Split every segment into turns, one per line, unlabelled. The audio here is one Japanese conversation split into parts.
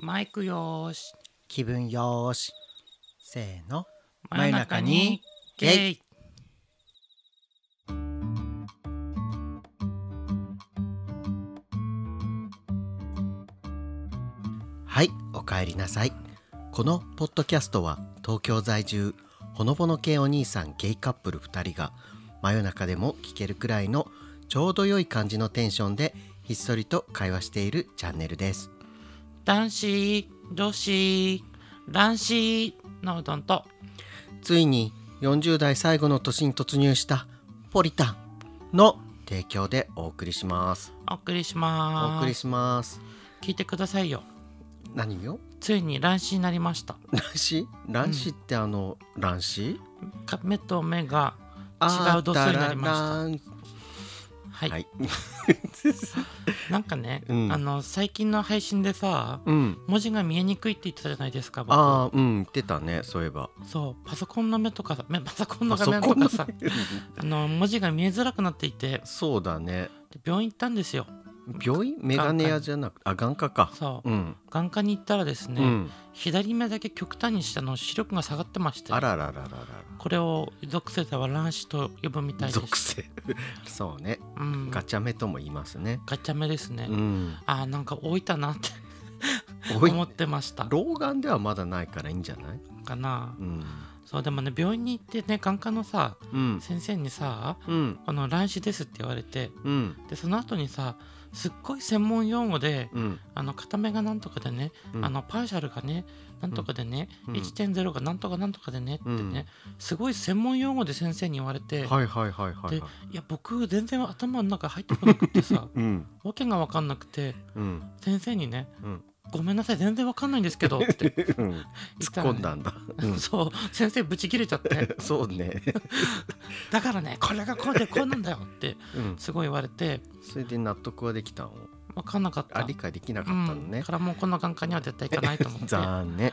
マイクよーし
気分よーしせーの
真夜中に
真夜中に
ゲイ
はいおかえりなさいこのポッドキャストは東京在住ほのぼの系お兄さんゲイカップル2人が真夜中でも聞けるくらいのちょうど良い感じのテンションでひっそりと会話しているチャンネルです
男子女子男子のうどんと
ついに40代最後の年に突入したポリタンの提供でお送りします
お送りし
お
ま
送り
す
します
聞いてくださいよ
何よ
ついに乱視になりました
卵子卵子ってあの卵子
か目と目が
あー
違う度数になりました
だららん
はい、
はい
なんかね、
うん
あの最近の配信でさ
うん
文字が見えにくいって言ってたじゃないですか僕
ああうん言ってたねそういえば
そうパソコンの目とかさめパソコンの画
パソ
面
コ
と
ンの
かさあの文字が見えづらくなっていて
そうだね
で病院行ったんですよ
病院メガネ屋じゃなくあ眼科か
そう、
うん
眼科に行ったらですね、
うん
左目だけ極端にしたの視力が下がってまして
あららららら
これを属性では乱視と呼ぶみたい
ら
です
属性 そうね
うん、
ガチャ目とも言いますね
ガチャ目ですね、
うん
あーなんか老いたなって
おい
思ってました
老眼ではまだないからいいんじゃない
かな
うん
そうでもね病院に行ってね眼科のさ
うん
先生にさ
うん
この乱視ですって言われて
うん
でその後にさすっごい専門用語で
うん
あの片目がなんとかでね、
うん
あのパーシャルがねなんとかでね、
うん
1.0がなんとかなんとかでねってね、すごい専門用語で先生に言われて、
はいはいはいはい
で
はい
いや僕全然頭の中入ってこなくてさ
うん
わけが分かんなくて
うん
先生にね
うん
「ごめんなさい全然分かんないんですけ ど」って
突っ込んだんだうん
そう先生ブチ切れちゃっ て
そうね
「だからねこれがこうでこうなんだよ」って
うん
すごい言われて
それで納得はできたの
分かんなかった
あ理解できなかったの
うん、だ
ね
からもうこの眼科には絶対行かないと思ってじゃ
残念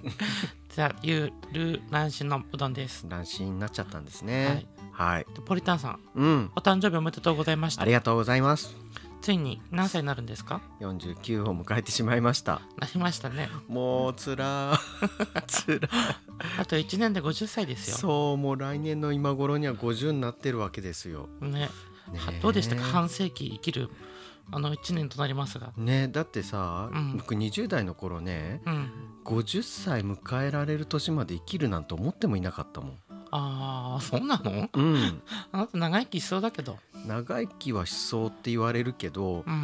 あゆる乱視のうどんです
乱視になっちゃったんですねはい、
でポリタンさん
うん
お誕生日おめでとうございまし
あ
た
りがとうございます
ついに何歳になるんですか
49を迎えてしまいました
なりましたね
もうつらー つらー
あと1年で50歳ですよ
そうもう来年の今頃には50になってるわけですよ
ね
ね
はどうでしたか半世紀生きるあの1年となりますが
ねだってさ、
うん
僕20代の頃ね
うん
50歳迎えられる年まで生きるなんて思ってもいなかったもん
あーそうなの
うん
あなた長生きしそうだけど
長生きはしそうって言われるけど
う、ん
う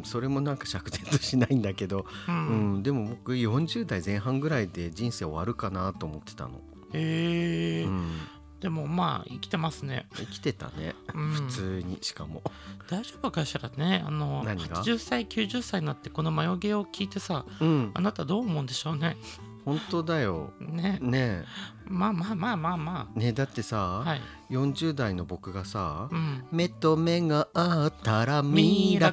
ん、それもなんか釈然としないんだけど、
う
うん
ん、
でも僕40代前半ぐらいで人生終わるかなと思ってたの、
へえ、
うん、
でもまあ生きてますね、
生きてたね、
うん
普通にしかも
大丈夫かしらねあの
何が
80歳90歳になってこの眉毛を聞いてさ
うん
あなたどう思うんでしょうね
本当だよ
ね
ね
まあまあまあまあま
えねえだって
あ
さ、
はい
40代の僕がさ
う
「
ん
目と目があったらミラ
ミラ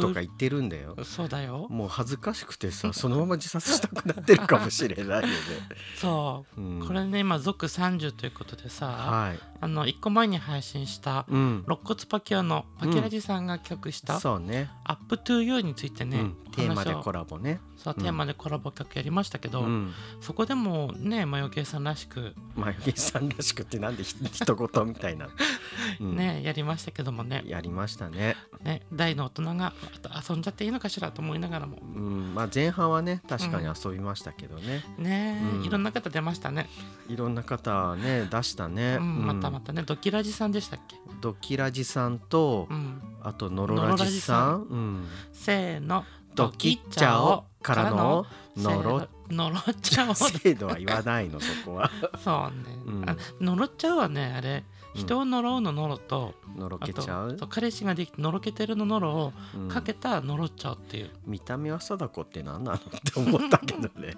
ク」
とか言ってるんだよ
そうだよ
もう恥ずかしくてさそのまま自殺したくなってるかもしれ ないよね、、
そううんこれね今「続30」ということでさ、
はい、
あの1個前に配信した
うん、
肋骨パキオのパキラジさんが企画した
そうね
「アップトゥーユーについてね、
うん、テーマで
お話を
コラボね
そう
うん
テーマでコラボ企画やりましたけど、
うん
そこでもねマヨケイさんらしく
まあ、ゆきさんらしくってなんでひ一言みたい な、うん、
ね、やりましたけどもね
やりましたね、
ね大の大人があと遊んじゃっていいのかしらと思いながらも
うんまあ、前半はね確かに遊びましたけどね、
ね、
うん
いろんな方出ましたね、
いろんな方ね出したね、
うん、またま
た
たねドキラジさんでしたっけ、
ドキラジさんと、
うん、
あとノロラジさんうん、
せーの
ドキッチャオからのノロ
のろっち ゃおう
制度は言わないのそこは
そうね、
うん
あ呪っちゃうはねあれ
うん
人を呪うの呪と、
のろ
あ
け
と
ちゃう
そう彼氏ができて呪けてるの呪を
うん
かけた呪っちゃうっていう、
見た目は貞子って何なのって思ったけど ね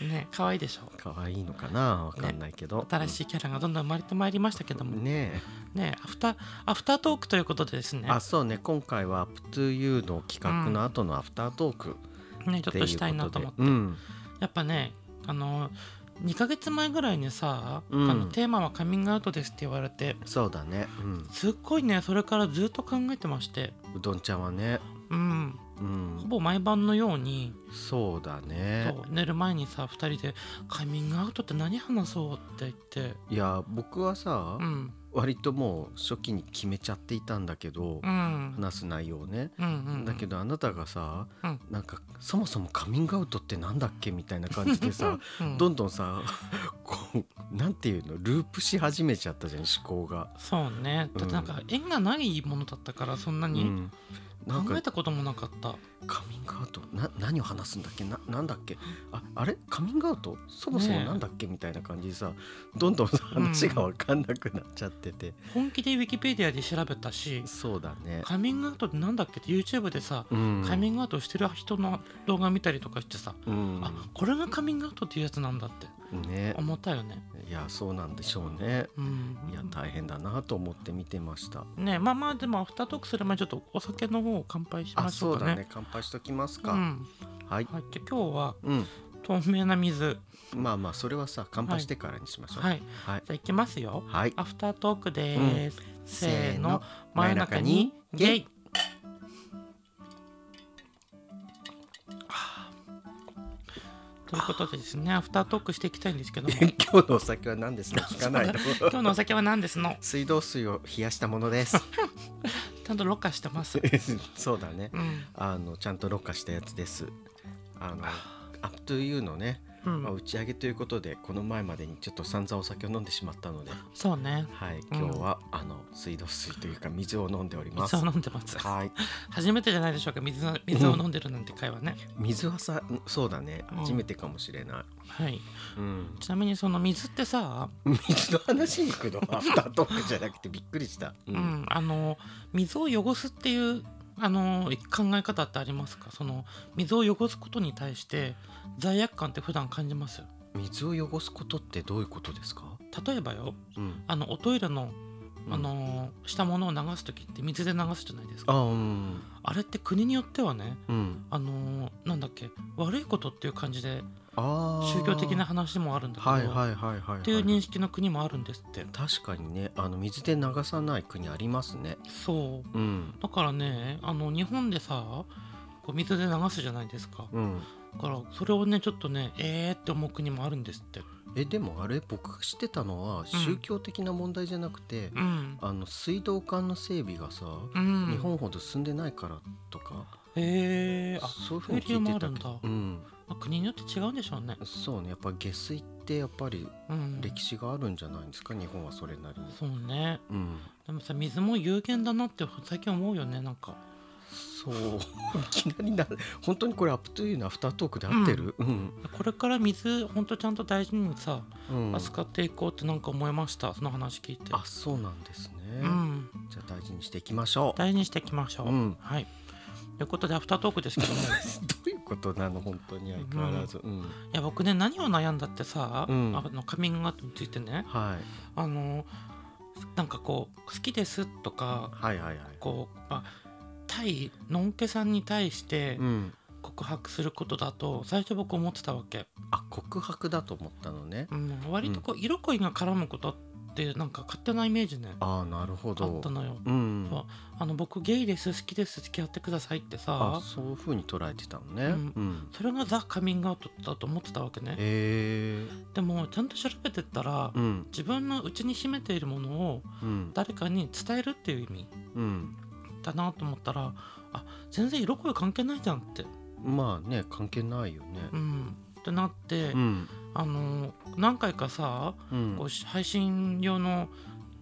ね可愛いでしょ
可愛いのかなわかんないけど、
新しいキャラがどんどん生まれてまいりましたけどもね
ね
アフターアフタートークということでですね
えあそうね今回は「アップトゥユーの企画の後のアフタートーク
ねちょっ
っていうことで、
としたいなと思って、
うん
やっぱねあの2ヶ月前ぐらいにさ、
うん
あのテーマはカミングアウトですって言われて
そうだね、うん、
すっごいねそれからずっと考えてまして
うどんちゃんはね
うん、
うん
ほぼ毎晩のように、
そうだね
そう寝る前にさ2人で「カミングアウトって何話そう?」って言って
いや僕はさ、
うん
割ともう初期に決めちゃっていたんだけど、
うん
話す内容ね、
うんうん
だけどあなたがさ、
うん
なんかそもそもカミングアウトってなんだっけみたいな感じで さ
うん
どんどんさ こうなんていうのループし始めちゃったじゃん思考が。
そうねだってなんか縁がないものだったからそんな
う
に
ん、なん
考
か
えたこともなかった
カミングアウトな何を話すんだっけななんだっけああれカミングアウトそもそも
ねえ
なんだっけみたいな感じでさどんどんさ
うん
話が分かんなくなっちゃってて、
本気でウィキペディアで調べたし
そうだね。
カミングアウトってなんだっけって YouTube でさ
うん
カミングアウトしてる人の動画見たりとかしてさ
うん
あこれがカミングアウトっていうやつなんだって
ね
思ったよね
いやそうなんでしょうね。
うん
いや大変だなと思って見てました。
ねまあまあでもアフタートークする前にちょっとお酒の方を乾杯しま
あ
しょ
そうう
か
だ
ね
ね乾杯しときますか、
うん
はい、
はい、で今日は
うん、
透明な水
まあまあそれはさ乾杯してからにしましょう
はいじ
はい、
ゃあいきますよ
はい
アフタートークです、せーの真夜中にゲイあーということでですねアフタートークしていきた いんですけども
今日のお酒は何ですか聞かないの
今日のお酒は何ですの
水道水を冷やしたものです
ちゃんとろ過してます、
そうだね
うん
あのちゃんとろ過したやつですあのアップトゥーユーのね、
う
まあ、
ん、
打ち上げということでこの前までにちょっと散々お酒を飲んでしまったので
そうね
はい今日は、あの水道水というか水を飲んでおります
水を飲んでます
はい
初めてじゃないでしょうか水の水を飲んでるなんて会話ね、
水はさそうだね
うん
初めてかもしれない、
はい
うん、
ちなみにその水ってさ、
水の話に行 くのアフタートークじゃなくてびっくりした、う
うんあの水を汚すっていうあの考え方ってありますかその水を汚すことに対して罪悪感って普段感じます
水を汚すことってどういうことですか、
例えばよ
うん、
あのおトイレの
うん
あの、したものを流す時って水で流すじゃないですか
あうん
あれって国によってはね
うん
あのなんだっけ悪いことっていう感じで
あー
宗教的な話もあるんだけど、
はいはいはいはいはい
っていう認識の国もあるんですって
確かにねあの水で流さない国ありますね
そう
うん
だからねあの日本でさこう水で流すじゃないですか
うん
だからそれをねちょっとねえーって思う国もあるんですって
えでもあれ僕が知ってたのは宗教的な問題じゃなくて、
うん、
あの水道管の整備がさ、
うん、
日本ほど進んでないからとか
えー、あ
そういうふうに聞いてたけど
そういう理由もあ
う
る
ん、
まあ国によって違うんでしょうね
そうねやっぱ下水ってやっぱり
うん
歴史があるんじゃないんですか日本はそれなりに、
そうね
うん、
でもさ水も有限だなって最近思うよねなんか
そういきなりな本当にこれアップトゥーユーのアフタートークで合ってるうん、
これから水ほんとちゃんと大事にさ
うん
扱っていこうってなんか思いましたその話聞いて
あそうなんですね、
うん
じゃあ大事にしていきましょう
大事にしていきましょう、
うん
はいということでアフタートークですけどもい
どういうことなの本当に相変わらず、うん
や僕ね何を悩んだってさ、
うん
あのカミングアウトについてね
はい、
あのなんかこう好きですとか
はいはいはい
こう、まあ、対のんけさんに対して
うん
告白することだと最初僕思ってたわけ、
あ告白だと思ったのね
うん、割とこう色恋が絡むことってなんか勝手なイメージね
ああなるほ
あ
ど
ったのよ
うん
そうあの僕ゲイです好きです付き合ってくださいって
あ
さ
そういうふうに捉えてたのね、
う
うんん
それがザ・カミングアウトだと思ってたわけね
へえ
でもちゃんと調べてったら
うん
自分の内に秘めているものを
うん
誰かに伝えるっていう意味
うん
だなと思ったらあ全然色恋関係ないじゃんって
まあね関係ないよね。
うんってなって、
うん
あの何回かさ
うん
こうし配信用の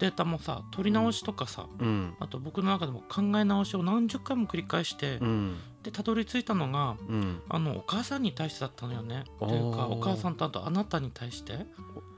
データもさ取り直しとかさ、
うん
あと僕の中でも考え直しを何十回も繰り返して、
うん
でたどり着いたのが
うん
あのお母さんに対してだったのよねというか
おー
お母さんとあとあなたに対して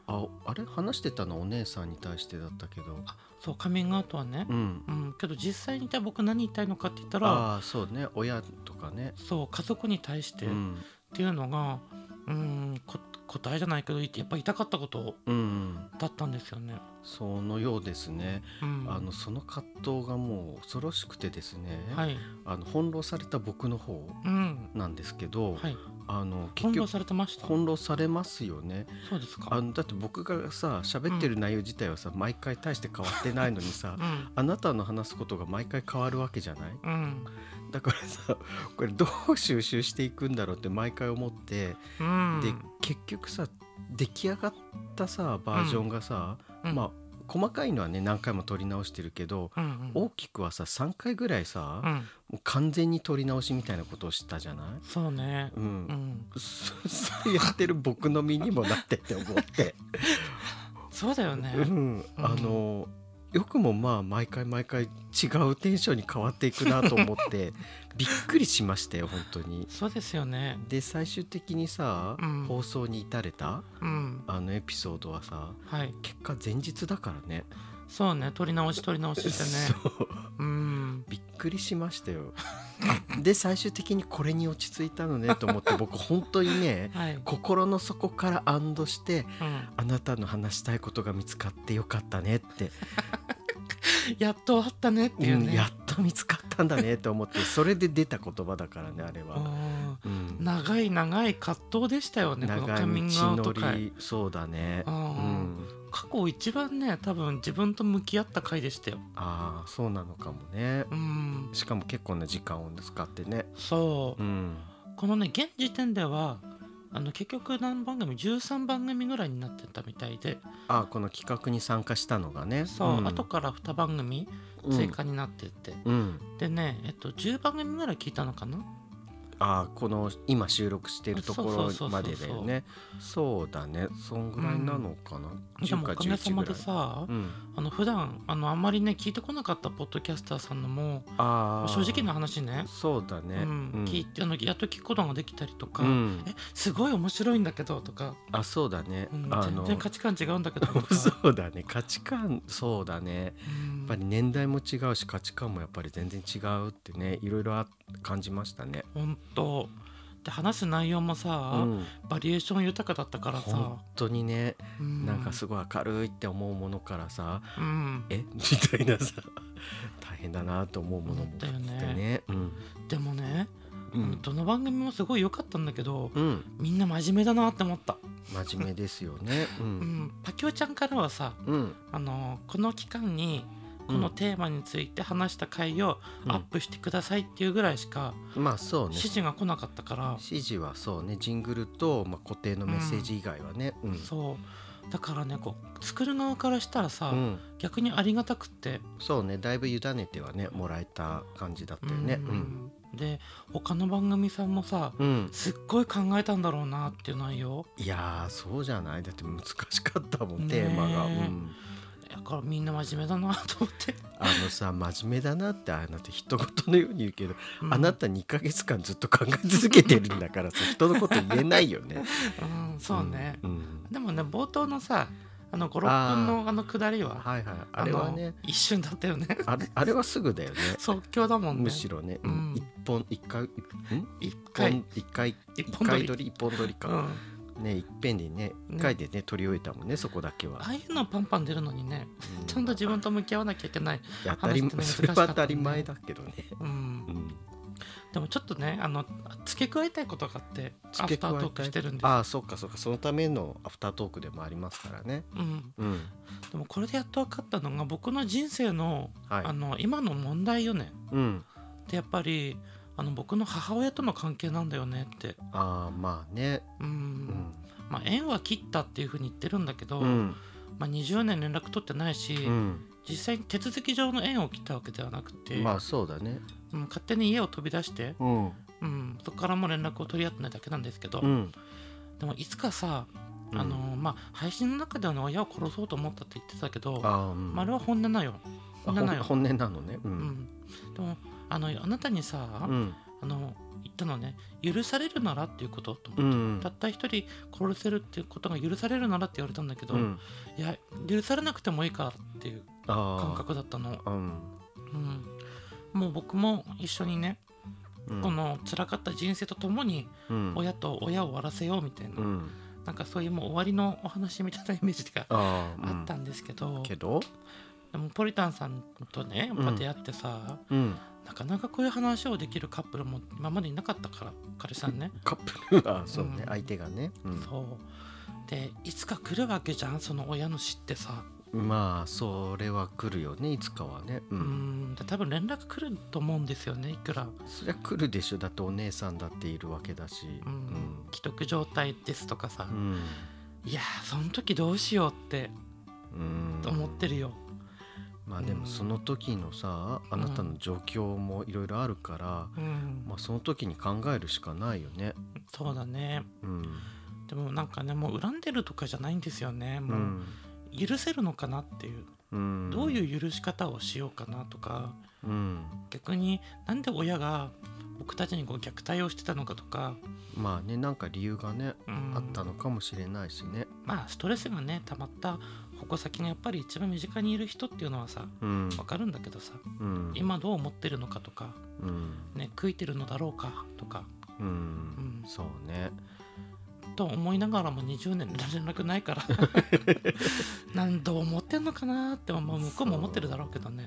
ああれ話してたのお姉さんに対してだったけど。
あそうカミングアウトはね
う、ん
うんけど実際にじゃあ僕何言いたいのかって言ったら
ああそうね親とかね。
そう家族に対して
う
っ
ん
ていうのがうんこ答えじゃないけどやっぱ痛かったこと
うん
だったんですよね。
そのようですね、
うん、
あのその葛藤がもう恐ろしくてですね、
はい、
あの翻弄された僕の方
うん、
なんですけど、
はい、
あの結
翻弄
局
されてました。
翻弄されますよね
そうですか。
あのだって僕がさ喋ってる内容自体はさ、毎回大して変わってないの にさ
うん、
あなたの話すことが毎回変わるわけじゃない
うん、
だからさこれどう収集していくんだろうって毎回思って、
うん、
で結局さ出来上がったさバージョンがさ、
うん
まあ細かいのはね何回も撮り直してるけど、
うん、うん、
大きくはさ3回ぐらいさ、
う
も
ん、
う完全に撮り直しみたいなことをしたじゃない、
そうね。
う、
うんん、
そ そうやってる僕の身にもなってって思って、
そうだよね。
うん、あのよくもまあ毎回毎回違うテンションに変わっていくなと思って びっくりしましたよ本当に。
そうですよね。
で最終的にさ、
うん
放送に至れた
うん、
あのエピソードはさ
はい、
結果前日だからね
そうね。取り直し取り直ししてね。
そう
うん、
びっくりしましたよあで最終的にこれに落ち着いたのねと思って僕本当にね
はい、 うん、
心の底から安堵してあなたの話したいことが見つかってよかったねって、
やっと終わったねっていううんね。
やっと見つかったんだねと思ってそれで出た言葉だからねあれ
う
は、
ん
うん、
長い長い葛藤でしたよね。この
長
カミン
い
グアウ
道
ト
の
会。
りそうだね、
う、
うんん、
過去一番ね、多分自分と向き合った回でしたよ。
ああそうなのかもね
うん、
しかも結構な時間を使ってね
そう
う。ん
このね現時点ではあの結局何番組13番組ぐらいになってたみたいで
ああこの企画に参加したのがね
そう、
ん
後から2番組追加になってって、
うん、うん
でね、えっと、10番組ぐらい聞いたのかな
あーこの今収録しているところまでだよねそうだねそんぐらいなのかな、
でもお
10か
かげさ
11
ま
ぐら
で
い、
さ、
うん、
あの普段あのあんまりね聞いてこなかったポッドキャスターさんのも
あー
正直な話ね
そうだね、
うん聞いてあのやっと聞くことができたりとか、
うん
えすごい面白いんだけどとか、
あそうだね、
うん
あ
全
の
然価値観違うんだけどとか、
そうだね価値観そうだね
うん
やっぱり年代も違うし価値観もやっぱり全然違うってねいろいろあ感じましたね。
ほんとで話す内容も
う
さ、
ん、
バリエーション豊かだったからさ
本、当にね、
う
なんかすごい明るいって思うものからさ、
うん、
え みたいなさ大変だなと思うものも
だよね
でねうん
でもね、
うん、
どの番組もすごい良かったんだけど、
うん、
みんな真面目だなって思った、
真面目ですよ ねう
うん
ん、
パキオちゃんからはさ
うん、
あのこの期間にこのテーマについて話した回を
うん
アップしてくださいっていうぐらいしか
まあそうね
指示が来なかったから、
指示はそうねジングルと、まあ、固定のメッセージ以外はねうん、
そうだからねこう作る側からしたらさ、
うん
逆にありがたくって、
そうねだいぶ委ねてはねもらえた感じだったよねうん、
で他の番組さんもさ
うん
すっごい考えたんだろうなっていう内容
いやーそうじゃないだって難しかったもん、
ね
テーマが、う
え
ん、
だからみんな真面目だなと思って、
あのさ真面目だなってあなた一言のように言うけど、 あ
た、
なた2ヶ月間ずっと考え続けてるんだからさ人のこと言えないよね。
うん、 そうね、
うんうん
でもね冒頭のさあの56
あー
分のあの下りは
はいはいあれはね
の一瞬だったよね
あれあれはすぐだよね。
即興だもんね
むしろね、うん
うん
一本一回うん
一
一
回
本一回
一
一
本撮り
回取り一本取り
う
か、
ん、
ね一遍でね
ね
一回でね取り終えたもんねそこだけは
あ。あいうのパンパン出るのにね
う
ちゃんと自分と向き合わなきゃいけない、
いや当たり
話してね
それは当たり前だけどね。
うん
うん
でもちょっとねあの付け加えたいことがあってア
付
フ
け
タ
加えた
ー
い
トークしてるんです、
ああそうかそうかそのためのアフタートークでもありますからね。
うん、
うん
でもこれでやっと分かったのが僕の人生の,、
はい
あの今の問題よね
うん、
ってやっぱりあの僕の母親との関係なんだよねって
ああまあね。
うん、
うん
まあ縁は切ったっていうふうに言ってるんだけど、
うん
まあ、20年連絡取ってないし、
うん
実際に手続き上の縁を切ったわけではなくて、
まあそうだね。
うん勝手に家を飛び出して、
うん
うん、そこからも連絡を取り合ってないだけなんですけど、
うん
でもいつかさ
うん
あの、まあ、配信の中ではね親を殺そうと思ったって言ってたけど
ああうん
まあ、あれは本音なよ本音な
あ
よ、
ほん本音なのね。う
うんん、でもあのあなたにさ、
うん
あの言ったのね許されるならっていうことと思って
うん
たった一人殺せるっていうことが許されるならって言われたんだけど、
うん
いや許されなくてもいいからっていう
ああ
感覚だったの、
うん
うん、もう僕も一緒にね、
うん
この辛かった人生とともに
うん
親と親を終わらせようみたいな、
うん
なんかそういうもう終わりのお話みたいなイメージが
あー
あった
うん
んですけど、
けど、
でもポリタンさんとねやっぱ出会ってさ、
うん、
なかなかこういう話をできるカップルも今までいなかったから彼氏さんね。
カップルあそうね、
うん
相手がね、う
そうでいつか来るわけじゃんその親の死ってさ、
ん、まあそれは来るよねいつかはね、う、
うんん、で多分連絡来ると思うんですよねいくら、
そりゃ来るでしょだってお姉さんだっているわけだし、
うん既得状態ですとかさ、
うん
いやーその時どうしようって
うん
思ってるよ、
まあでもその時のさあなたの状況もいろいろあるから、
うん
まあ、その時に考えるしかないよね。
そうだね
うん
でもなんかねもう恨んでるとかじゃないんですよね
う
も
ん
う許せるのかなっていう、
うん、
どういう許し方をしようかなとか
うん、
逆になんで親が僕たちにこう虐待をしてたのかとか、
まあねなんか理由がね、
うん
あったのかもしれないしね。
まあストレスがね溜まった矛先がやっぱり一番身近にいる人っていうのはさ
うん
わかるんだけどさ
うん
今どう思ってるのかとか、
うん
ね、悔いてるのだろうかとか
うん
うん
そうね。
と思いながらも20年連絡ないから何度思ってんのかなって、まあ、向こうも思ってるだろうけどね、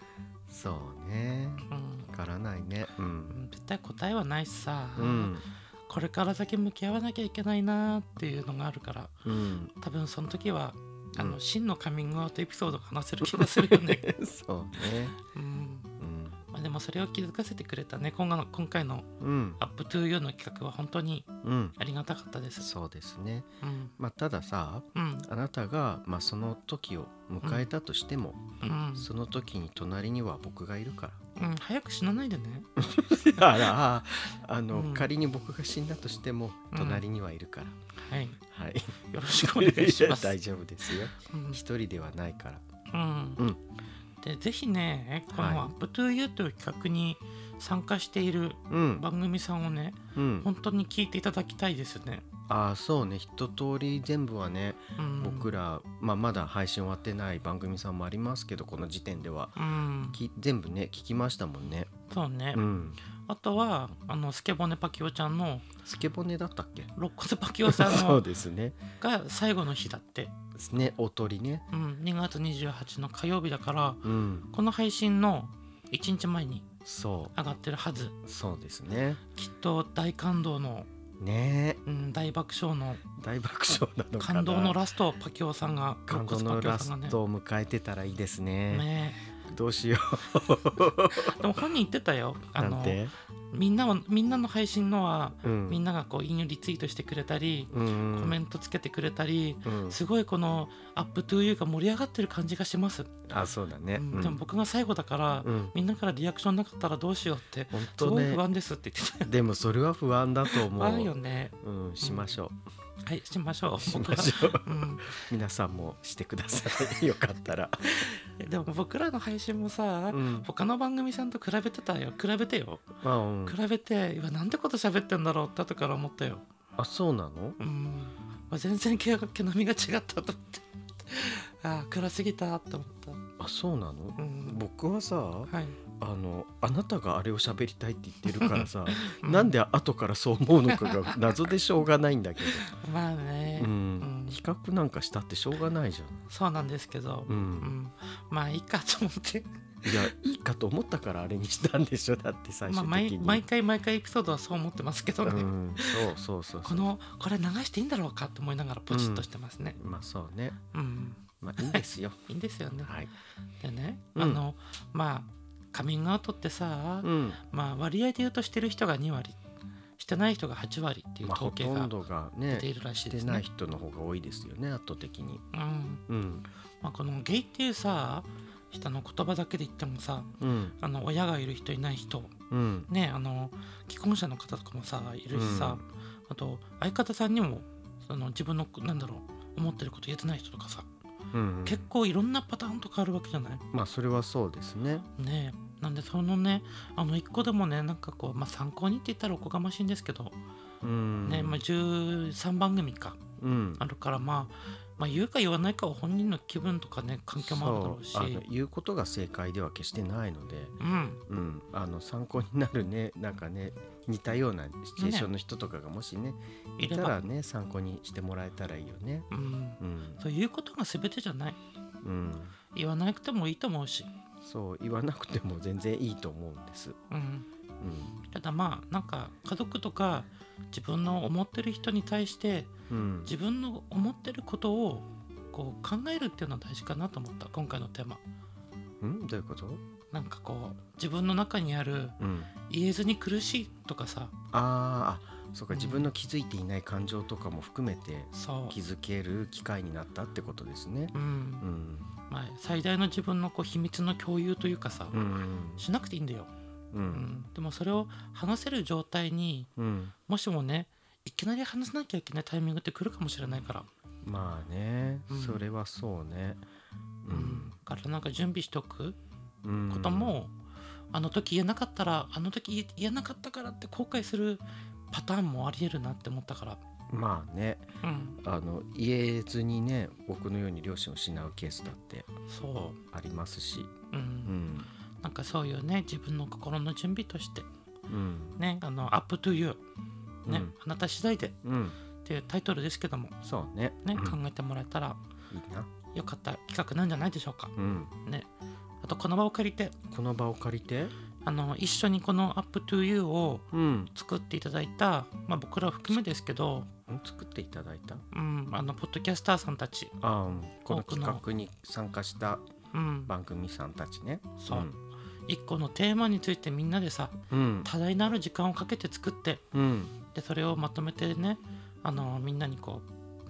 そうね。
うん、
わからないね。う。
うんん絶対答えはないしさ、
うん。
これから先向き合わなきゃいけないなっていうのがあるから
うん。
多分その時はあの、
うん
真のカミングアウトエピソードが話せる気がするよ ね、
そうね。
うん
うん。
まあ、でもそれを気づかせてくれたね今後の今回の
うん
「アップトゥーユーの企画は本当に
うん。
ありがたかったです。
そうですね。
うん
まあたださ。
うん
あなたが、まあ、その時を迎えたとしても、
うん
その時に隣には僕がいるから
うん、早く死なないでね。
あらあの、
うん
仮に僕が死んだとしても
うん
隣にはいるから、
はい、
はい
よろしくお願いします。
大丈夫ですよ
うん
一人ではないから
うん
うん
でぜひねこの「アップトゥーユーという企画に参加している
うん、
番組さんをね
うん、
本当に聞いていただきたいですね。
ああそうね一通り全部はね、
うん、
僕ら、まあ、まだ配信終わってない番組さんもありますけどこの時点では
うん、
き全部ね聞きましたもんね
そうね、
うん
あとはあのスケボネパキオちゃんの
スケボネだったっけ
肋骨パキオさん
そう
の
ですね
が最後の日だって、
ねおとりね
うん、2月28の火曜日だから
うん
この配信の1日前に
そ
上がってるはず
うそうですね
きっと大感動の、
ねえ
うん、大爆笑の
大爆笑なのかな
感動のラストをパキオさんが
感動
肋
の
骨パ
ラ
キオ
ス
さんがね
トを迎えてたらいいですね
ね
どうしよ
えでも本人言ってたよ
う
あ
なん
の
て
みんなをみんなの配信のは
うん
みんながこう引用リツイートしてくれたり、
うんうん
コメントつけてくれたり、
うん
すごいこの「アップトゥーユーが盛り上がってる感じがします、
あそうだね
う
うんん
でも僕が最後だから、
うん
みんなからリアクションなかったらどうしようって
本
す
当
ごい
ね
不安ですって言ってたよ
でもそれは不安だと思
不安よ
う
ね
うんしましょ
はいしましょう
う し
僕は
ましょう
うん
皆さんもしてくださいよかったら
でも僕らの配信もさ、
うん
他の番組さんと比べてたよ比べてよ
まあうん
比べて今なんてこと喋ってんだろうって後から思ったよ
あそうなの
うん、まあ、全然毛が毛並みが違ったと思って ああ暗すぎたって思った
あそうなの
うん
僕はさ
はい
あのあなたがあれを喋りたいって言ってるか らさなんで後からそう思うのかが謎でしょうがないんだけど
うんまあね、
うん
うん
比較なんかしたってしょうがないじゃん。
そうなんですけど、
う、
うんん、まあいいかと思って
いやいいかと思ったからあれにしたんでしょだって最
ま
終
あ、毎
的に。
毎回毎回エピソードはそう思ってますけどね、
うん、そうそうそう
こ
そう。
のこれ流していいんだろうかと思いながらポチッとしてますね、
まあそうね。
うん
まあいいで すよ。
いいんですよね、
はい。
でね、
うん
あのまあカミングアウトってさ、
うん。
まあ割合で言うとしてる人が2割してない人が8割っていう
まあほ
統計
と
が
んどが
出
ね
ているらし
し
いで
て
す
ない
ね。
人の方が多いですよね圧倒的に。
うん
うん
まあ、このゲイっていうさ人の言葉だけで言ってもさ
うん
あの親がいる人いない人
うん
ねあの既婚者の方とかもさいるしさ、あと相方さんにもその自分のなんだろう思ってること言えてない人とかさ、
うん。
結構いろんなパターンとかあるわけじゃない
まあそれはそうですね。
ねえなんでそのねあの一個でもねなんかこう、まあ、参考にって言ったらおこがましいんですけど、
うん。
ねまあ、13番組か
うん
あ。るから、まあ、まあ言うか言わないかは本人の気分とかね環境もあるだろうし
そうあの言うことが正解では決してないので、
うん
うん、ああの参考になるねなんかね似たようなシチュエーションの人とかがもしね
い
い
れ
た
ば
らね参考にしてもらえたらいいよね。
うん
うん、
そういうことが全てじゃない
うん、
言わなくてもいいと思うし、
そう言わなくても全然いいと思うんです。
うん、
う
ただまあなんか家族とか自分の思ってる人に対して
ん、うん、
自分の思ってることをこう考えるっていうのは大事かなと思った今回のテーマ
うん、どういうこと？
なんかこう自分の中にある
うん、
言えずに苦しいとかさ
あーあ、そうか、
うん
自分の気づいていない感情とかも含めて
そ
気づける機会になったってことですね。
う、うん
うん、
まあ、最大の自分のこう秘密の共有というかさ、
うん、
しなくていいんだよ、
う、
うんん、でもそれを話せる状態に
うん、
もしもねいきなり話さなきゃいけないタイミングって来るかもしれないから、
まあね
うん、
それはそうね。
うだからなんか準備しておく
うん、
ことも、あの時言えなかったらあの時言え言えなかったからって後悔するパターンもありえるなって思ったから、
まあね、
うん、
あの言えずにね、僕のように両親を失うケースだって
そ
ありますし、
う、うん
うん、
なんかそういうね自分の心の準備として
うん、
ねあの「アップトゥユー」ね、
うん
あなた次第で」っ
うん、
ていうタイトルですけども
そうね、
ね、
うん
考えてもらえたら
いいな、
よかった企画なんじゃないでしょうか
うん、
ねあとこの場を借りて
この場を借りて、
あの一緒にこの「アップトゥユー」を
うん、
作っていただいた、まあ、僕らを含めですけど、
作っていただいた。
うん、あのポッドキャスターさんたち、
あうんこの
多くの
企画に参加した
うん、
番組さんたちね。
そう、一個のテーマについてみんなでさ
うん。
多大なる時間をかけて作って
うん。
でそれをまとめてねあのみんなにこ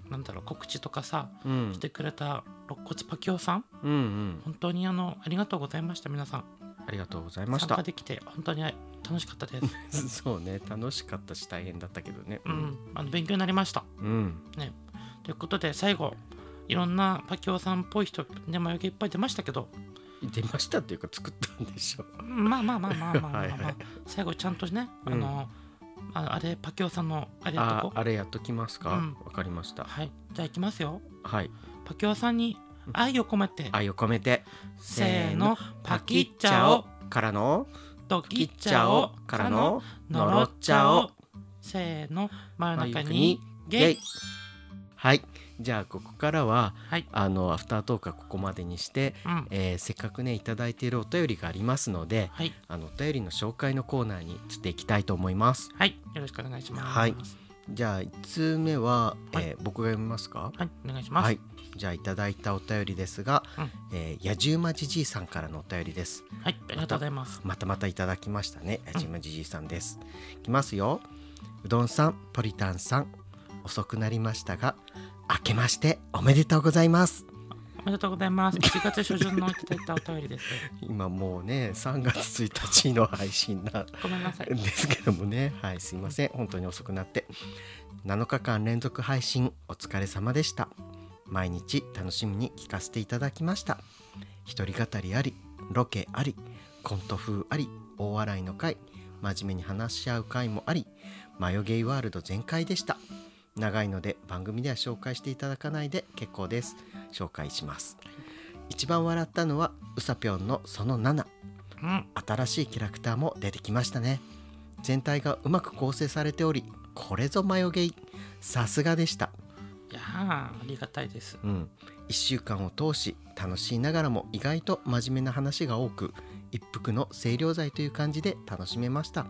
うなんだろう告知とかさ
うん
してくれた肋骨パキオさん
うんうん。
本当にあのありがとうございました皆さん
ありがとうございまし
参
た
加。できて本当に楽しかったです、
そうね、楽しかったし大変だったけどね。
うん、あの勉強になりました
うん。
ねということで最後いろんなパキオさんっぽい人ね眉毛いっぱい出ましたけど
出ましたっていうか作ったんでしょ。
まあまあまあまあまあまあ、まあ
はいはい
最後ちゃんとねあの、ああれパキオさんのあれやっと
あ
こ、う
あれやっときますか。わ、
うん
かりました。
はいじゃあいきますよ
はい。
パキオさんに愛を込めて
愛を込めて。
せーのパキッチャオ
からの。
ド
パ
キッチャオ
からの。
のろっちゃおせーの真ん中にゲ
ゲ
イ
イ。はい。じゃあここからは
はい、
あのアフタートークはここまでにして。
うん、
えーせっかくねいただいているお便りがありますので
はい
あのお便りの紹介のコーナーに移っていきたいと思います
はいよろしくお願いします
はいじゃあ1通目は、
はい
えー僕が読みますか
はいお願いします、
はいじゃあいただいたお便りですが、
うん
えー、野じ馬じじいさんからのお便りです
はい、ありがとうございます。
またまたいただきましたね矢島じじいさんです、いきますようどんさんポリタンさん遅くなりましたが明けましておめでとうございます
おめでとうございます。1月初旬のいただいたお便りです。
今もうね3月1日の配信な
ごめんなさい。
ですけどもねはいすいません本当に遅くなって7日間連続配信お疲れ様でした毎日楽しみに聞かせていただきました一人語りありロケありコント風あり大笑いの回真面目に話し合う回もありマヨゲイワールド全開でした長いので番組では紹介していただかないで結構です紹介します一番笑ったのはうさぴょんのその7
うん、
新しいキャラクターも出てきましたね全体がうまく構成されておりこれぞマヨゲイさすがでした、
いやーありがたいです。
うん、1週間を通し楽しいながらも意外と真面目な話が多く一服の清涼剤という感じで楽しめました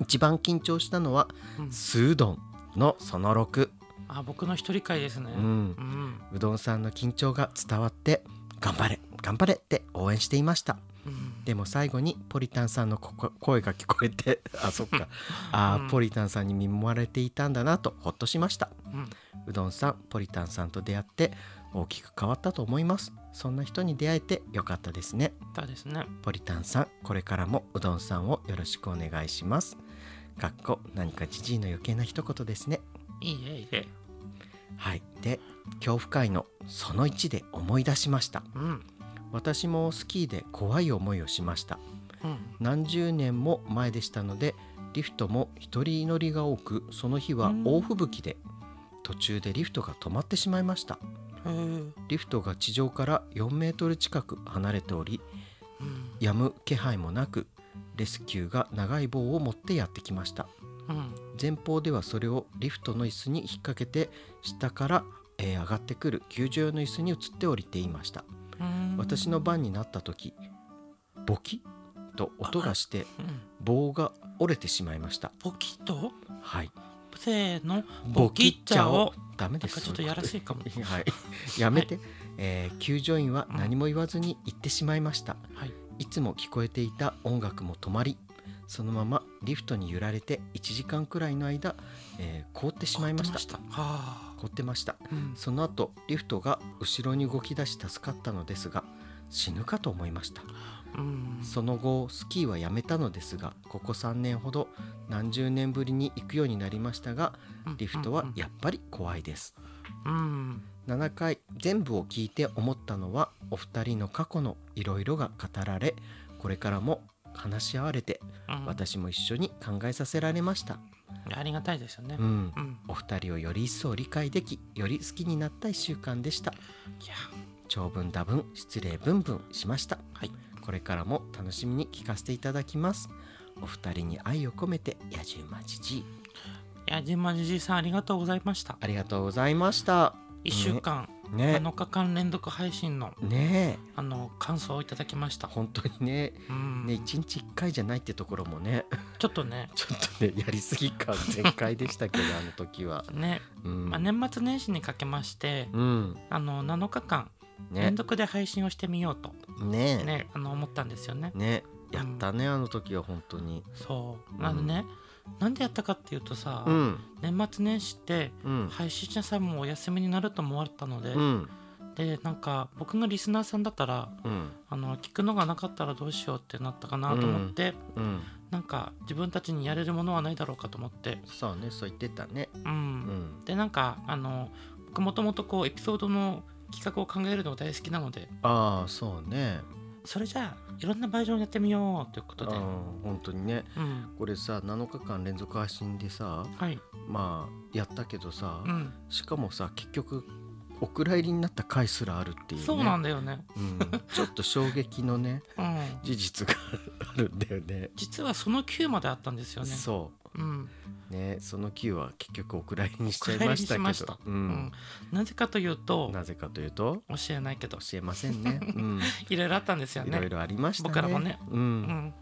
一番緊張したのは
うん、
スードンのその6、
あ、僕の一人会ですね。
う
うん、
ん、うどんさんの緊張が伝わって頑張れ頑張れって応援していました
うん、
でも最後にポリタンさんのここ声が聞こえ てあそっかあー、
うん
ポリタンさんに見舞われていたんだなとほっとしました
うん、
うどんさんポリタンさんと出会って大きく変わったと思いますそんな人に出会えてよかったですね
そうですね。
ポリタンさんこれからもうどんさんをよろしくお願いしますかっこ何かじじいの余計な一言ですね
いいえ、いいえ。
はいで恐怖会のその1で思い出しました
うん、
私もスキーで怖い思いをしました
うん、
何十年も前でしたのでリフトも一人乗りが多くその日は大吹雪で途中でリフトが止まってしまいました
へー
リフトが地上から4メートル近く離れており
うん、
やむ気配もなくレスキューが長い棒を持ってやってきました
うん
前方ではそれをリフトの椅子に引っ掛けて下から、えー上がってくる救助用の椅子に移って降りていました
うーん
私の番になった時ボキッと音がして
うん
棒が折れてしまいました
ポキッと
はい
せーのボキッチャを
ダメ
な
で
んか
す
ちょっとやらしいかも
はい、やめて、えー救助員は何も言わずに行ってしまいました、
はい
いつも聞こえていた音楽も止まりそのままリフトに揺られて1時間くらいの間、えー凍ってしまいまし
凍
た
ってましたは
凍ってました
あ、うん、
その後リフトが後ろに動き出し助かったのですが死ぬかと思いました
うん
その後スキーはやめたのですがここ3年ほど何十年ぶりに行くようになりましたがリフトはやっぱり怖いです
うん
7回全部を聞いて思ったのはお二人の過去のいろいろが語られこれからも話し合われて
うん、
私も一緒に考えさせられました、
ありがたいですよね
う。ん、
うん、
お二人をより一層理解できより好きになった1週間でした
いや、
長文多文失礼文文しました
はい、
これからも楽しみに聞かせていただきますお二人に愛を込めて野獣馬じじい
いや、じまじじいさん、ありがとうございました。
ありがとうございました
一週間、
ね
7日間連続配信の、
ねえ
あの、感想をいただきました。
本当にね
うん、
ね一日一回じゃないってところもね
ちょっとね、
ちょっとねやりすぎ感全開でしたけどあの時は
ね、
うん、
まあ、年末年始にかけまして、
うん
あの、7日間、
ね
連続で配信をしてみようと、
ねね
ね、あの、思ったんですよね。
やったねあの時は本当に
そう、なんでね、なんでやったかっていうとさ、
うん
年末年始って、
うん
配信者さんもお休みになると思われたので、
うん
でなんか僕がリスナーさんだったら
うん
あの聞くのがなかったらどうしようってなったかなと思って、
うん
なんか自分たちにやれるものはないだろうかと思って、
そうねそう言ってたね
う
うんん
でなんかあの僕もともとこうエピソードの企画を考えるのが大好きなので
ああそうね
それじゃあいろんなバージョンやってみようというこ
あ
と
あ
で、
本当にね
うん、
これさ7日間連続配信でさ
はい、
まあやったけどさ、
うん
しかもさ結局お蔵入りになった回すらあるっていうね
そうなんだよね、
うんちょっと衝撃のね
うん、
事実があるんだよね。
実はその9まであったんですよね。う
そ
ん
うねその9は結局お蔵入りにしちゃいましたけ
お蔵入りし
ど
ました
う
うん
ん
なぜかというと
なぜかというと
教えないけど
教えません ね。うん、
いろいろあったんですよ
い
ね。
ろいろありましたね。
僕らもね
う、
うんん、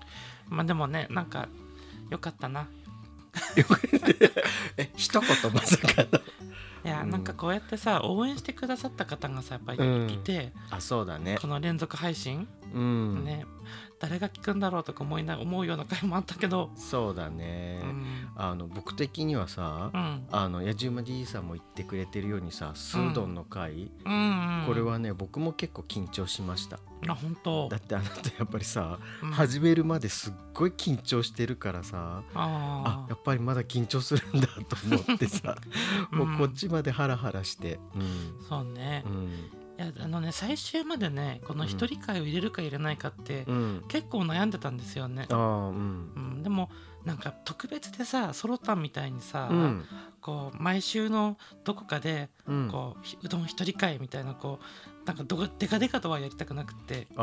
まあでもねなんかよかったな
え一言まさか の
いや、
うん
なんかこうやってさ応援してくださった方がさやっぱり
うん
いて、
あそうだね
こ。の連続配信、
うん、
ね誰が聞くんだろうとか思いな思うような回もあったけど、
そうだね。
うん
あの僕的にはさ、
うん
あの野じ馬じいさんも言ってくれてるようにさスードンの回、
うんうん
これはね僕も結構緊張しました
あ本当
だってあなたやっぱりさ、
うん
始めるまですっごい緊張してるからさあ
あ
やっぱりまだ緊張するんだと思っ てさ、
うん
もうこっちまでハラハラしてうん
あそうね
う、ん
いやあのね最終までねこの
うん
一人会を入れるか入れないかって、
うん
結構悩んでたんですよね
あ、あうん
うん、でもなんか特別でさソロタンみたいにさ、
うん
こう毎週のどこかで
うん
こうひうどん一人会みたいなこうなんかどがでかでかとはやりたくなくて、
あ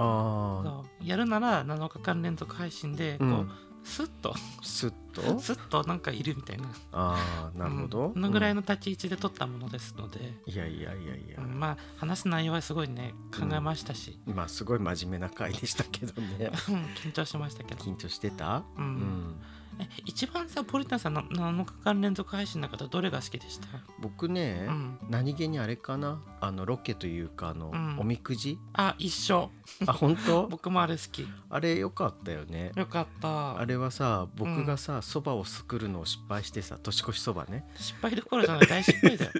そうやるなら7日間連続配信で
あう
こう、
ん
スッと
すっと
スッとなんかいるみたいな
ああなるほど、
うんこのぐらいの立ち位置で撮ったものですので、
うんいやいやいやいや、
うんまあ話す内容はすごいね考えましたし、
まあすごい真面目な回でしたけどね
緊張しましたけど、
緊張してた
うん
うん
え一番さポリタンさんの7日間連続配信の方どれが好きでした、
僕ね、
うん、
何気にあれかなあのロケというかあの、
うん
おみく じ
あ一緒
あ本当
僕もあれ好き
あれ良かったよね
よかった
あれはさ
う
僕
ん
がさそば、蕎麦をすくるのを失敗してさ年越しそばね
失敗どころじゃない大失敗だよ、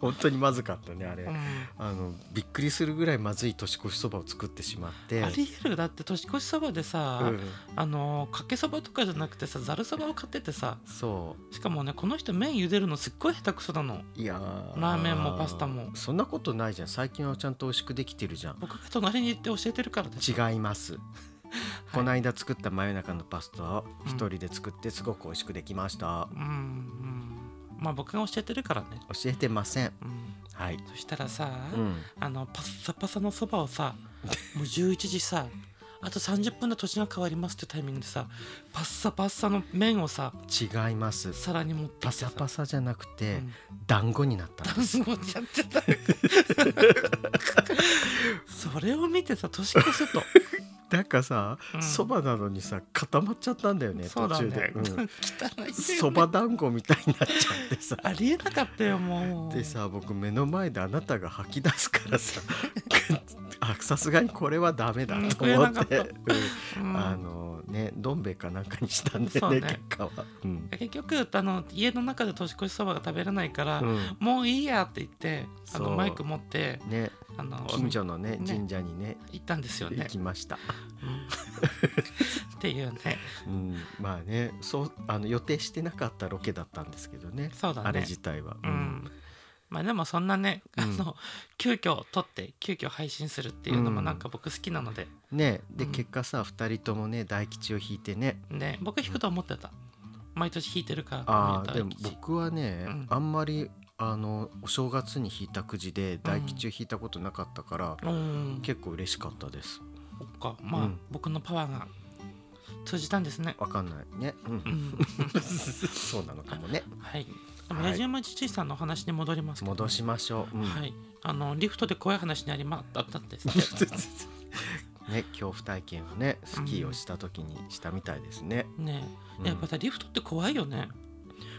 本当にまずかったねあれ、
うん
あのびっくりするぐらいまずい年越しそばを作ってしまって
ありえるだって年越しそばでさ、
うん、
あのかけそばとかじゃなくてさざるそばを買っててさ
そ
しかもねこの人麺茹でるのすっごい下手くそなの
ういやー
ラーメンもパスタも
そんなことないじゃん最近はちゃんと美味しくできてるじゃん
僕が隣に行って教えてるからでしょ
違 います、この間作った真夜中のパスタを
うん
一人で作ってすごく美味しくできました、
うんうんまあ僕が教えてるからね、
教えてません
うん、
はい、
そしたらさ、
うん、
あのパッサパサのそばをさもう11時さあと30分で年が変わりますってタイミングでさパッサパッサの麺をさ
違います
皿に持って
パ
きてさ
サパサじゃなくて、
うん
団子になっ たん
ダン
で
ス
す
持っちゃってたそれを見てさ年越せと
だからさ
うん
そば、なのにさ固まっちゃったんだよね
そう
途
だ
中
ね
で、 うん
汚い
そば、団子みたいになっちゃってさ
ありえなかったよもう
でさ僕目の前であなたが吐き出すからさ あさすがにこれはダメだと
うん食え
思
なか
っ
った
て、
う
うんんあのねどん兵衛かなんかにしたんだ
そ
よ
う
ね
ね
結果は、うん
結局あの家の中で年越しそばが食べれないから、
うん
もういいやって言ってあの
そう
マイク持って
ね
あの
近所のね
ね
神社にね
行ったんですよね
行。きました、
うん っていうね
うん、まあねそうあの予定してなかったロケだったんですけどね
そうだね
あれ自体は、
う、んまあでもそんなね、あの急遽撮って急遽配信するっていうのも
うん
なんか僕好きなので、
ねで、
うん
結果さ2人ともね大吉を引いてね
ね僕弾くと思ってた毎年弾いてるから
あー
見え
で
た
も
駅
僕はね、
うん
あんまりあのお正月に引いたくじで大吉を引いたことなかったから、
うん結
結構嬉しかったです
構かまあ、
うん
僕のパワーが通じたんですね、
わかんないね、う、
うんん、
そうなのかもね
はいでも
はい
やじ馬父さんのお話に戻りますけど
戻しましょう、うん
はいあのリフトで怖い話にありまあったんです
ね恐怖体験をねスキーをした時にしたみたいですね、
ね
うん
えやっぱさリフトって怖いよね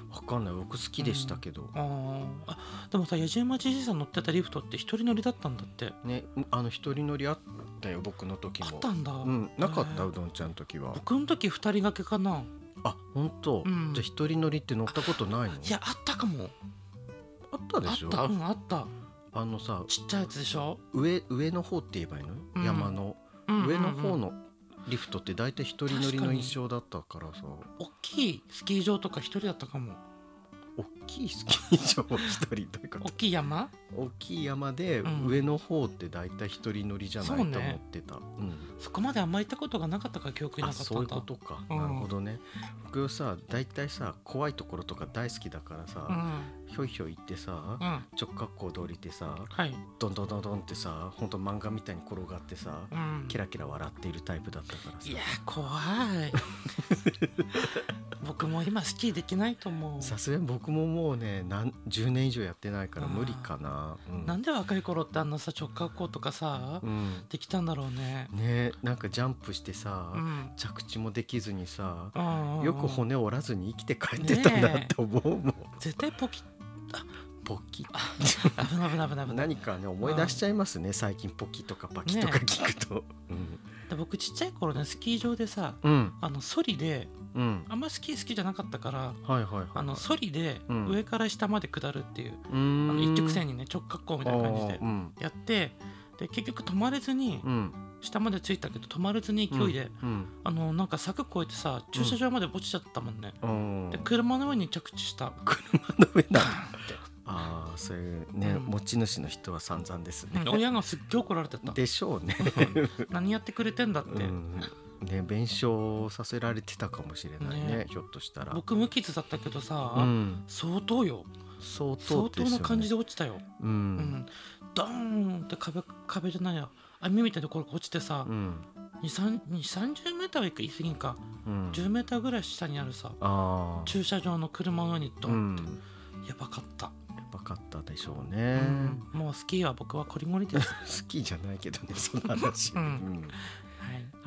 わかんない僕好きでしたけど、
あーあでもさやじ馬父さん乗ってたリフトって一人乗りだったんだって
ねあの一人乗りあったよ僕の時も
あったんだ、
うんなかった
へー
うどんちゃんの時は
僕の時二人掛けかな
あ本当、
うん
じゃあ一人乗りって乗ったことないの
いやあったかも
あったで
あっ
しょ
たうんあった
あのさ
ちっちゃいやつでしょ、
上上の方って言えばいいの、
うん
山の
うんうんうん
上の方のリフトって大体一人乗
確
り
か
の
に
印象だったからさ
大きいスキー場とか一人だったかも
大きいスキー場を一人どういうこ
大
と
きい山
大きい山で
うん
上の方って大体一人乗りじゃないと
そう
思
ね
ってた、うん
そこまであんま行ったことがなかったから記憶に
あ
なかった
そうんいう
だ
ことか、
うん
なるほどね僕さ大体さ怖いところとか大好きだから
う
さ、
ん
ひょいひょい行ってさ、
うん
直角行で降りてさ
はい
どんどんどんどんってさほんと漫画みたいに転がってさ
うん
キラキラ笑っているタイプだったからさ
いや怖い僕も今スキーできないと思う
さすがに僕ももうね何10年以上やってないから
あー
無理かな。うん
なんで若い頃ってあんなさ直角行とかさ、
うん
できたんだろうね
ねなんかジャンプしてさ、
うん
着地もできずにさ、
うんうん
よく骨折らずに生きて帰ってたなって思うもん、
絶対ポキ
ポキ
危ない危ない危ない危ない
何 かね思い出しちゃいますね、最近ポキとかパキとか聞く と。
で僕ちっちゃい頃ねスキー場でさ
うん
あのソリで
うんうん
あんまスキー好きじゃなかったから
はいはいはい。
あのソリで
うん
上から下まで下るっていう、
うーん
あの一直線にね直角行みたいな感じで
あーうん
やってで結局止まれずに
うん
下まで着いたけど止まれずに勢いで、
うん
あのなんか柵越えてさ駐車場まで落ちちゃったもんね、
うん
で車の上に着地した
車の上
バーン
だ
って
ああそういうね、
うん
持ち主の人は散々ですね。
うん親がすっげえ怒られてた
でしょうね。
何やってくれてんだって、
うんね弁償させられてたかもしれないね
ね
ひょっとしたら。
僕無傷だったけどさ、
うん、
相当よ
相
相
当ですよ、
当
ね、
な感じ
で、
で落ちたよ、
う
うん
ん
ドーンって壁壁じゃないや網みたいなところが落ちてさ、
うん
2 3 0 3 0ーはいか言い過ぎんか
うん、
1 0ーぐらい下にあるさ
ああ、
駐車場の車の上にド
う
ン、
ん、
やばかった、
やばかったでしょうね。
うんもうスキーは僕はこりごり です、
好きじゃないけどねその話、
うん
うん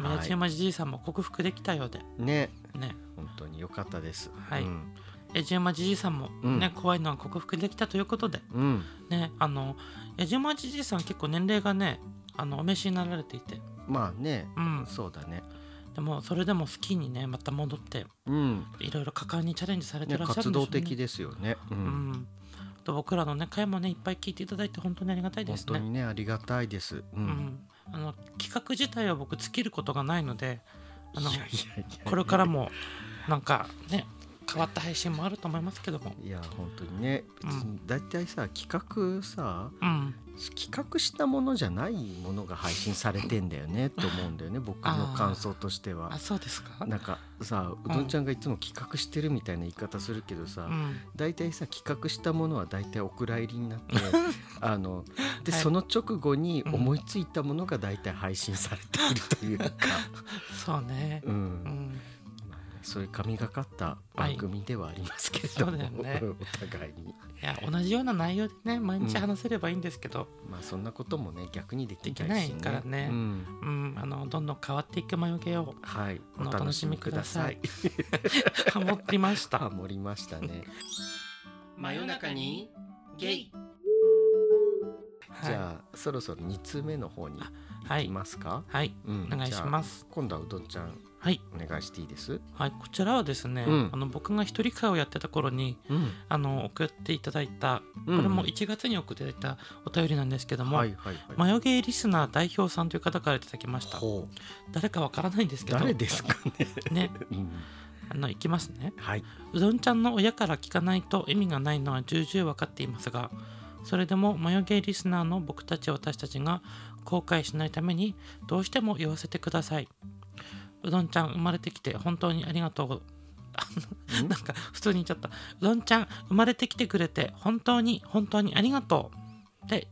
はい、
は
宮
い
地山じじいさんも克服できたようで
ね
ね
本当に良かったです。
はい
うん
矢島じじいさんもね、
うん
怖いのは克服できたということで
うん
ねあの矢島じじいさん結構年齢がねあのお召しになられていて
まあね、
うん
そうだね。
でもそれでもスキーにねまた戻って
うん、
いろいろ果敢にチャレンジされて
ね
らっしゃる
活
んでしょう
動
ね
的ですよね。う
うんんあと僕らのね回もねいっぱい聞いていただいて本当にありがたいで
本
す
当
ね
にねありがたいです。う、
うんんあの企画自体は僕尽きることがないのであの
いやいやいや
これからもなんかね変わった配信もあると思いますけども
いや本当にね別に大体さ企画さ
うん
企画したものじゃないものが配信されてんだよねと思うんだよね僕の感想としては
あ。そうですか
なんかさうどんちゃんがいつも企画してるみたいな言い方するけどさ、
うん
大体さ企画したものは大体お蔵入りになって あので、
はい
その直後に
うん
思いついたものが大体配信されているというか、
そうね
うん
うん
まあねそういう神がかった番組ではありますけれども、
はいそうだよね
お互いに
いや同じような内容でね毎日話せればいいんですけど、
まあそんなこともね逆にでき
でき
な
ないい
しね
からね
うん
うんあのどんどん変わっていく眉毛を
はいお
お
楽
楽
し
し
み
み
く
く
だ
だ
さ
さ
い
い。ハモりま し
ハ
た
モりましたね。
真夜中にゲイ
じゃあそろそろ二通目の方に
は
行き
い、
ますか。
はい、
うん
お願いします。
今度はうどんちゃん
はい、
お願いしていいです。
はい、こちらはですね、
うん
あの僕が一人会をやってた頃に
うん。
あの送っていただいたこれも1月に送っていただいたお便りなんですけども、
はいはいはい。
マヨゲーリスナー代表さんという方からいただきました
ほう
誰かわからないんですけど
誰ですかね。
ね
うん
あのいきますね
はい。
うどんちゃんの親から聞かないと意味がないのは重々分かっていますがそれでもマヨゲーリスナーの僕たち私たちが後悔しないためにどうしても言わせてくださいうどんちゃん生まれてきて本当にありがとうあ のなんか普通に言っちゃったうどんちゃん生まれてきてくれて本当に本当にありがとうで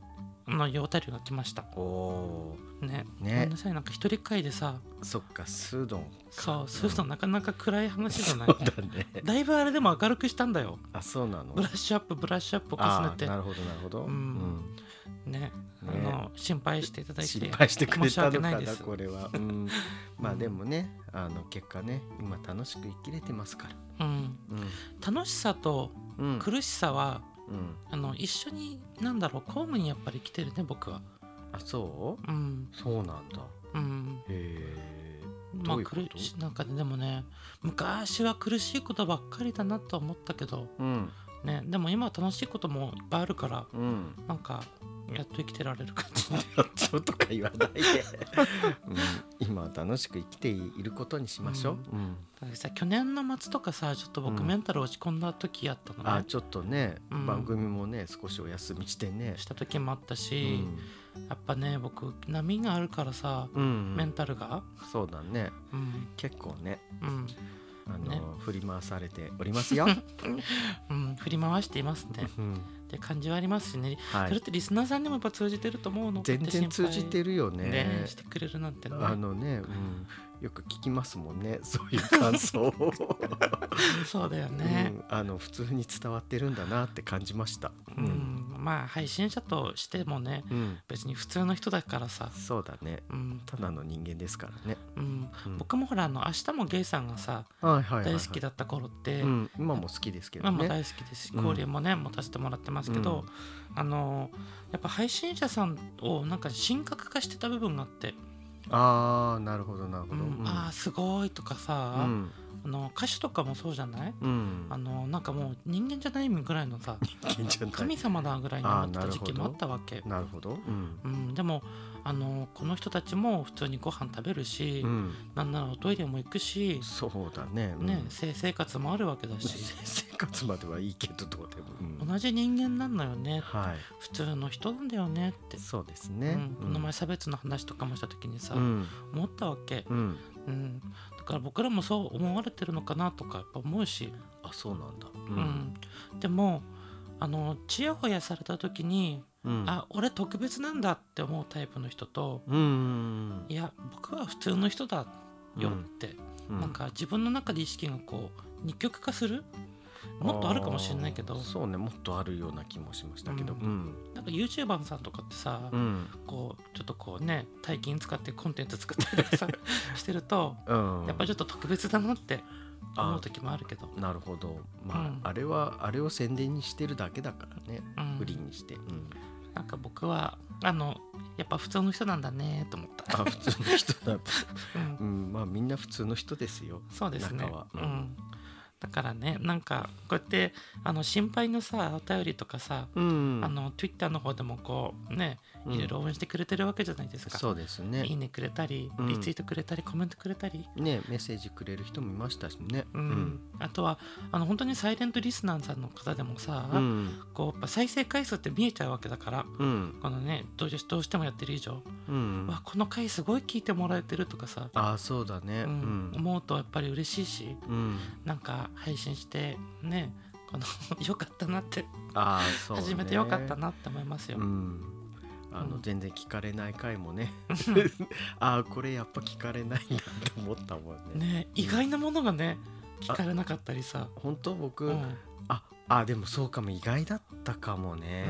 あのヨタリが来ました
おお
ねごめ
ね
んな。さいなんか一人会でさ
そっかスードン。
そうそうするとなかなか暗い話じゃ ない
そう だね。
だいぶあれでも明るくしたんだよ
あそうなの
ブ。ラッシュアップブラッシュアップを重
あ
ね
ー
て
なるほどなるほど。
うんねあの心配していただいて
心配してくれ
申した訳
の
ない
か
で
な
す
これは。うんまあでもねあの結果ね今楽しく生きれてますから。
うん、
う
楽しさと
んうん。
苦しさは、
うん。
あの一緒になんだろう公務にやっぱり来てるね僕は
あそう？
うん
そうなんだ。
うん
へえ。
ま
ど
あ
ういうこと
苦しなんかねでもね昔は苦しいことばっかりだなと思ったけど
うん
ねでも今は楽しいこともいっぱいあるから
うん。
なんかやっと生きてられる感じ
ちょっとか言わないで、うん、今は楽しく生きていることにしましょう、うん
だってさ去年の末とかさちょっと僕
うん
メンタル落ち込んだ時やったの
あ
ね、
ちょっとね、
うん
番組もね少しお休みしてね
した時もあった
う
し、
ん、
やっぱね僕波があるからさ
うん
メンタルが
そうだね
うん
結構ね
うん
あの
ね
振り回されております よ、
うん振り回していますね
うん
って感じはありますしね、
は
それ
い
っ、てリスナーさんにもやっぱ通じてると思うの
全然通じて
る
るよね
ねしてくれるなんてね
あのね、うん、よく聞きますもんね そういう感想を、
そうだよ
う
ね
ん、あの普通に伝わってるんだなって感じました、
うん、まあ配信者としてもね
うんうん、
別に普通の人だからさ
そうだね
うん、
ただの人間ですからね、
うん、
うん
僕もほらあの明日もゲイさんがさ
はいはいはいはい
大好きだった頃って、
うん、今も好きですけど
今も
ね。
大好きですし
うん
交流もね、持たせてもらってますけど、あのやっぱ配信者さんをなんか神格化してた部分があって
ああ、なるほど、なる
「
ほ
う
ど。
ん
うん
ああすごい」とか
う
さ、
ん、
あの歌手とかもそうじゃない
うん
あ、のなんかもう人間じゃないぐらい のさ
人間じゃな
神
い。
様だぐらいに思ってた時期も
あーなるほど
あったわけ。
なるほど。うん、
うん、でもあのこの人たちも普通にご飯食べるし、
うん、
なんならおトイレも行くし、
そうだね。うん
ね、性生活もあるわけだし
生活まではいいけど、どうでも。うん
同じ人間なんだよね
はい。
普通の人なんだよねって
そうですね。
うん、こ
うん
の前差別の話とかもした時にさ、
うん、
思ったわけ、
うん、
うん、だから僕らもそう思われてるのかなとかやっぱ思うし、
あ、そうなんだ。う
うん、でもあのちやほやされた時に、
うん、
あ俺特別なんだって思うタイプの人と
うん、うん、
いや僕は普通の人だよって、
うん
なん、か自分の中で意識がこう二極化するもっとあるかもしれないけ
あ
ど
ーそうね、もっとあるような気もしましたけど。
う
うん、
なんか YouTuber さんとかってさ、
うん、
こうちょっとこうね大金使ってコンテンツ作ったりとか さしてると
うん。
やっぱりちょっと特別だなって
あ
思う時もあるけど、
なるほどまあ、
うん
あれはあれを宣伝にしてるだけだからね
うん
売りにして、うん
なんか僕はあのやっぱ普通の人なんだねと思った、
あ普通の人 だ、
うん
うん、まあみんな普通の人ですよ
そうですね
中は、
う
うんん
だだからねなんかこうやってあの心配のさお便りとかさ、
うん
あの Twitter の方でもこうね
うん
いろいろ応援してくれてるわけじゃないですか、
そうですね
いいねくれたり
うん
リツイートくれたり、コメントくれたり、
ねメッセージくれる人もいましたしね
うんあとはあの本当にサイレントリスナーさんの方でもさ、
うん
こうやっぱ再生回数って見えちゃうわけだから
うん
このねどうしどうしてもやってる以上、
うん
わこの回すごい聞いてもらえてるとかさ、
ああそうだね
う
うんん
思うとやっぱり嬉しいし
うん
なんか配信してねこの よかったなって
ああそうね
始めてよかったなって思いますよ。
うんあ
う
の
ん
全然聞かれない回もね ああこれやっぱ聞かれないなって思ったもんね
ね意外なものがね聞かれなかったりさ、
本当僕
うん、
ああでもそうかも意外だったかもね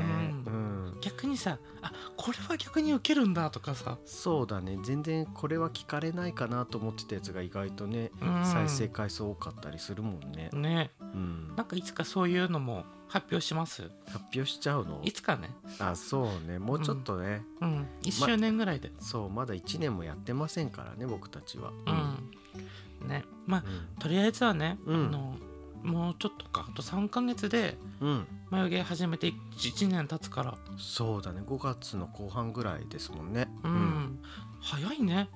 う
うん
逆にさあこれは逆にウケるんだとかさ、
そうだね全然これは聞かれないかなと思ってたやつが意外とね
うん
再生回数多かったりするもんね
ね
うん
なんかいつかそういうのも発表します
発表しちゃうの
いつかね、
あそうねもうちょっとね、
うん、1周年ぐらいで、
そうまだ1年もやってませんからね僕たちは
うんねまあ
うん
とりあえずはね、
うん
あのもうちょっとかあと3ヶ月で
うん
眉毛始めて1年経つから
そうだね5月の後半ぐらいですもんね
うん、早いね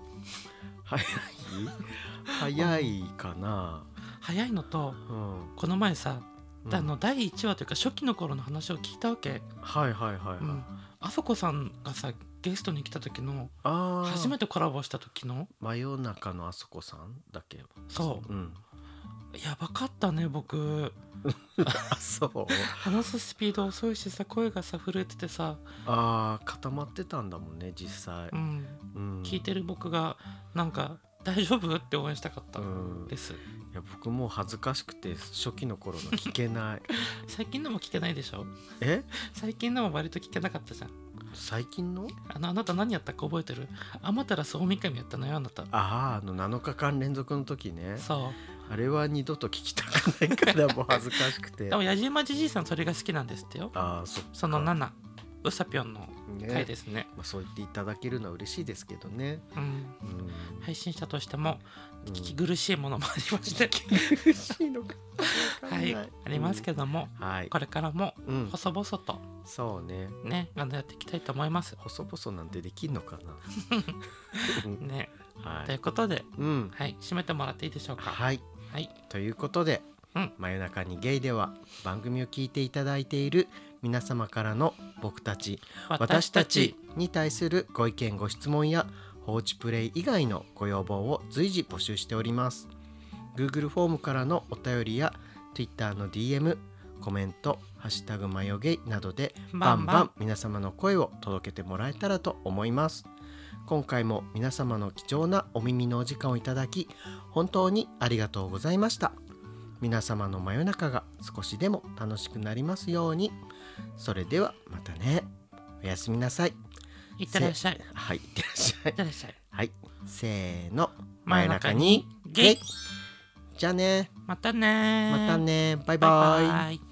早い早いかな
早いのと
うん、
この前さ、
うん
あの第1話というか初期の頃の話を聞いたわけ、
はいはいはいはい、
うん、あそこさんがさゲストに来た時の
ああ
初めてコラボした時の
真夜中のあそこさんだっけ、
そう
ん、
やばかったね僕
あそう
話すスピード遅いしさ声がさ震えててさ、
あー固まってたんだもんね実際
う、ん、
うん、
聞いてる僕がなんか「大丈夫?」って応援したかった
うん
です、
いや僕もう恥ずかしくて初期の頃の聞けない
最近でも聞けないでしょ
え
最近でも割と聞けなかったじゃん
最近の
あのあなた何やったか覚えてるあまたらそうみかみやったのよあなた
あああの7日間連続の時ね
そ
あれは二度と聞きたくないからもう恥ずかしく
う
て
でも矢島じじいさんそれが好きなんですってよ
ああそっか
その7うさぴょんの
ね
回ですね
まあ、そう言っていただけるのは嬉しいですけどね、
うん
うん、
配信者としても
う
聞
ん
き苦しいものもありま して、
苦しいのかわか
は
んない
ありますけども、
うんはい
これからも
うん、
細々と
そうね
ねあのやっていきたいと思います
細々なんてできんのか なうん
ね
は
とい
い、
うことで
うん
はい締めてもらっていいでしょうか
はい、
はい
ということで、
うん
真夜中にゲイ」では番組を聞いていただいている皆様からの僕たち私たちに対するご意見ご質問や放置プレイ以外のご要望を随時募集しております Google フォームからのお便りや Twitter の DM コメント「ハッシュタグマヨゲイ」などで
バ
バ
ン
ン
バ
バ
ン
ン皆様の声を届けてもらえたらと思います今回も皆様の貴重なお耳のお時間をいただき本当にありがとうございました皆様の真夜中が少しでも楽しくなりますようにそれではまたねおやすみなさい
いってらっしゃいいっ
はいいってらっしゃい
てらっしゃい
はいせーの
真夜中にゲイ
じゃあね
またねー
またねバイバイ
バイバイ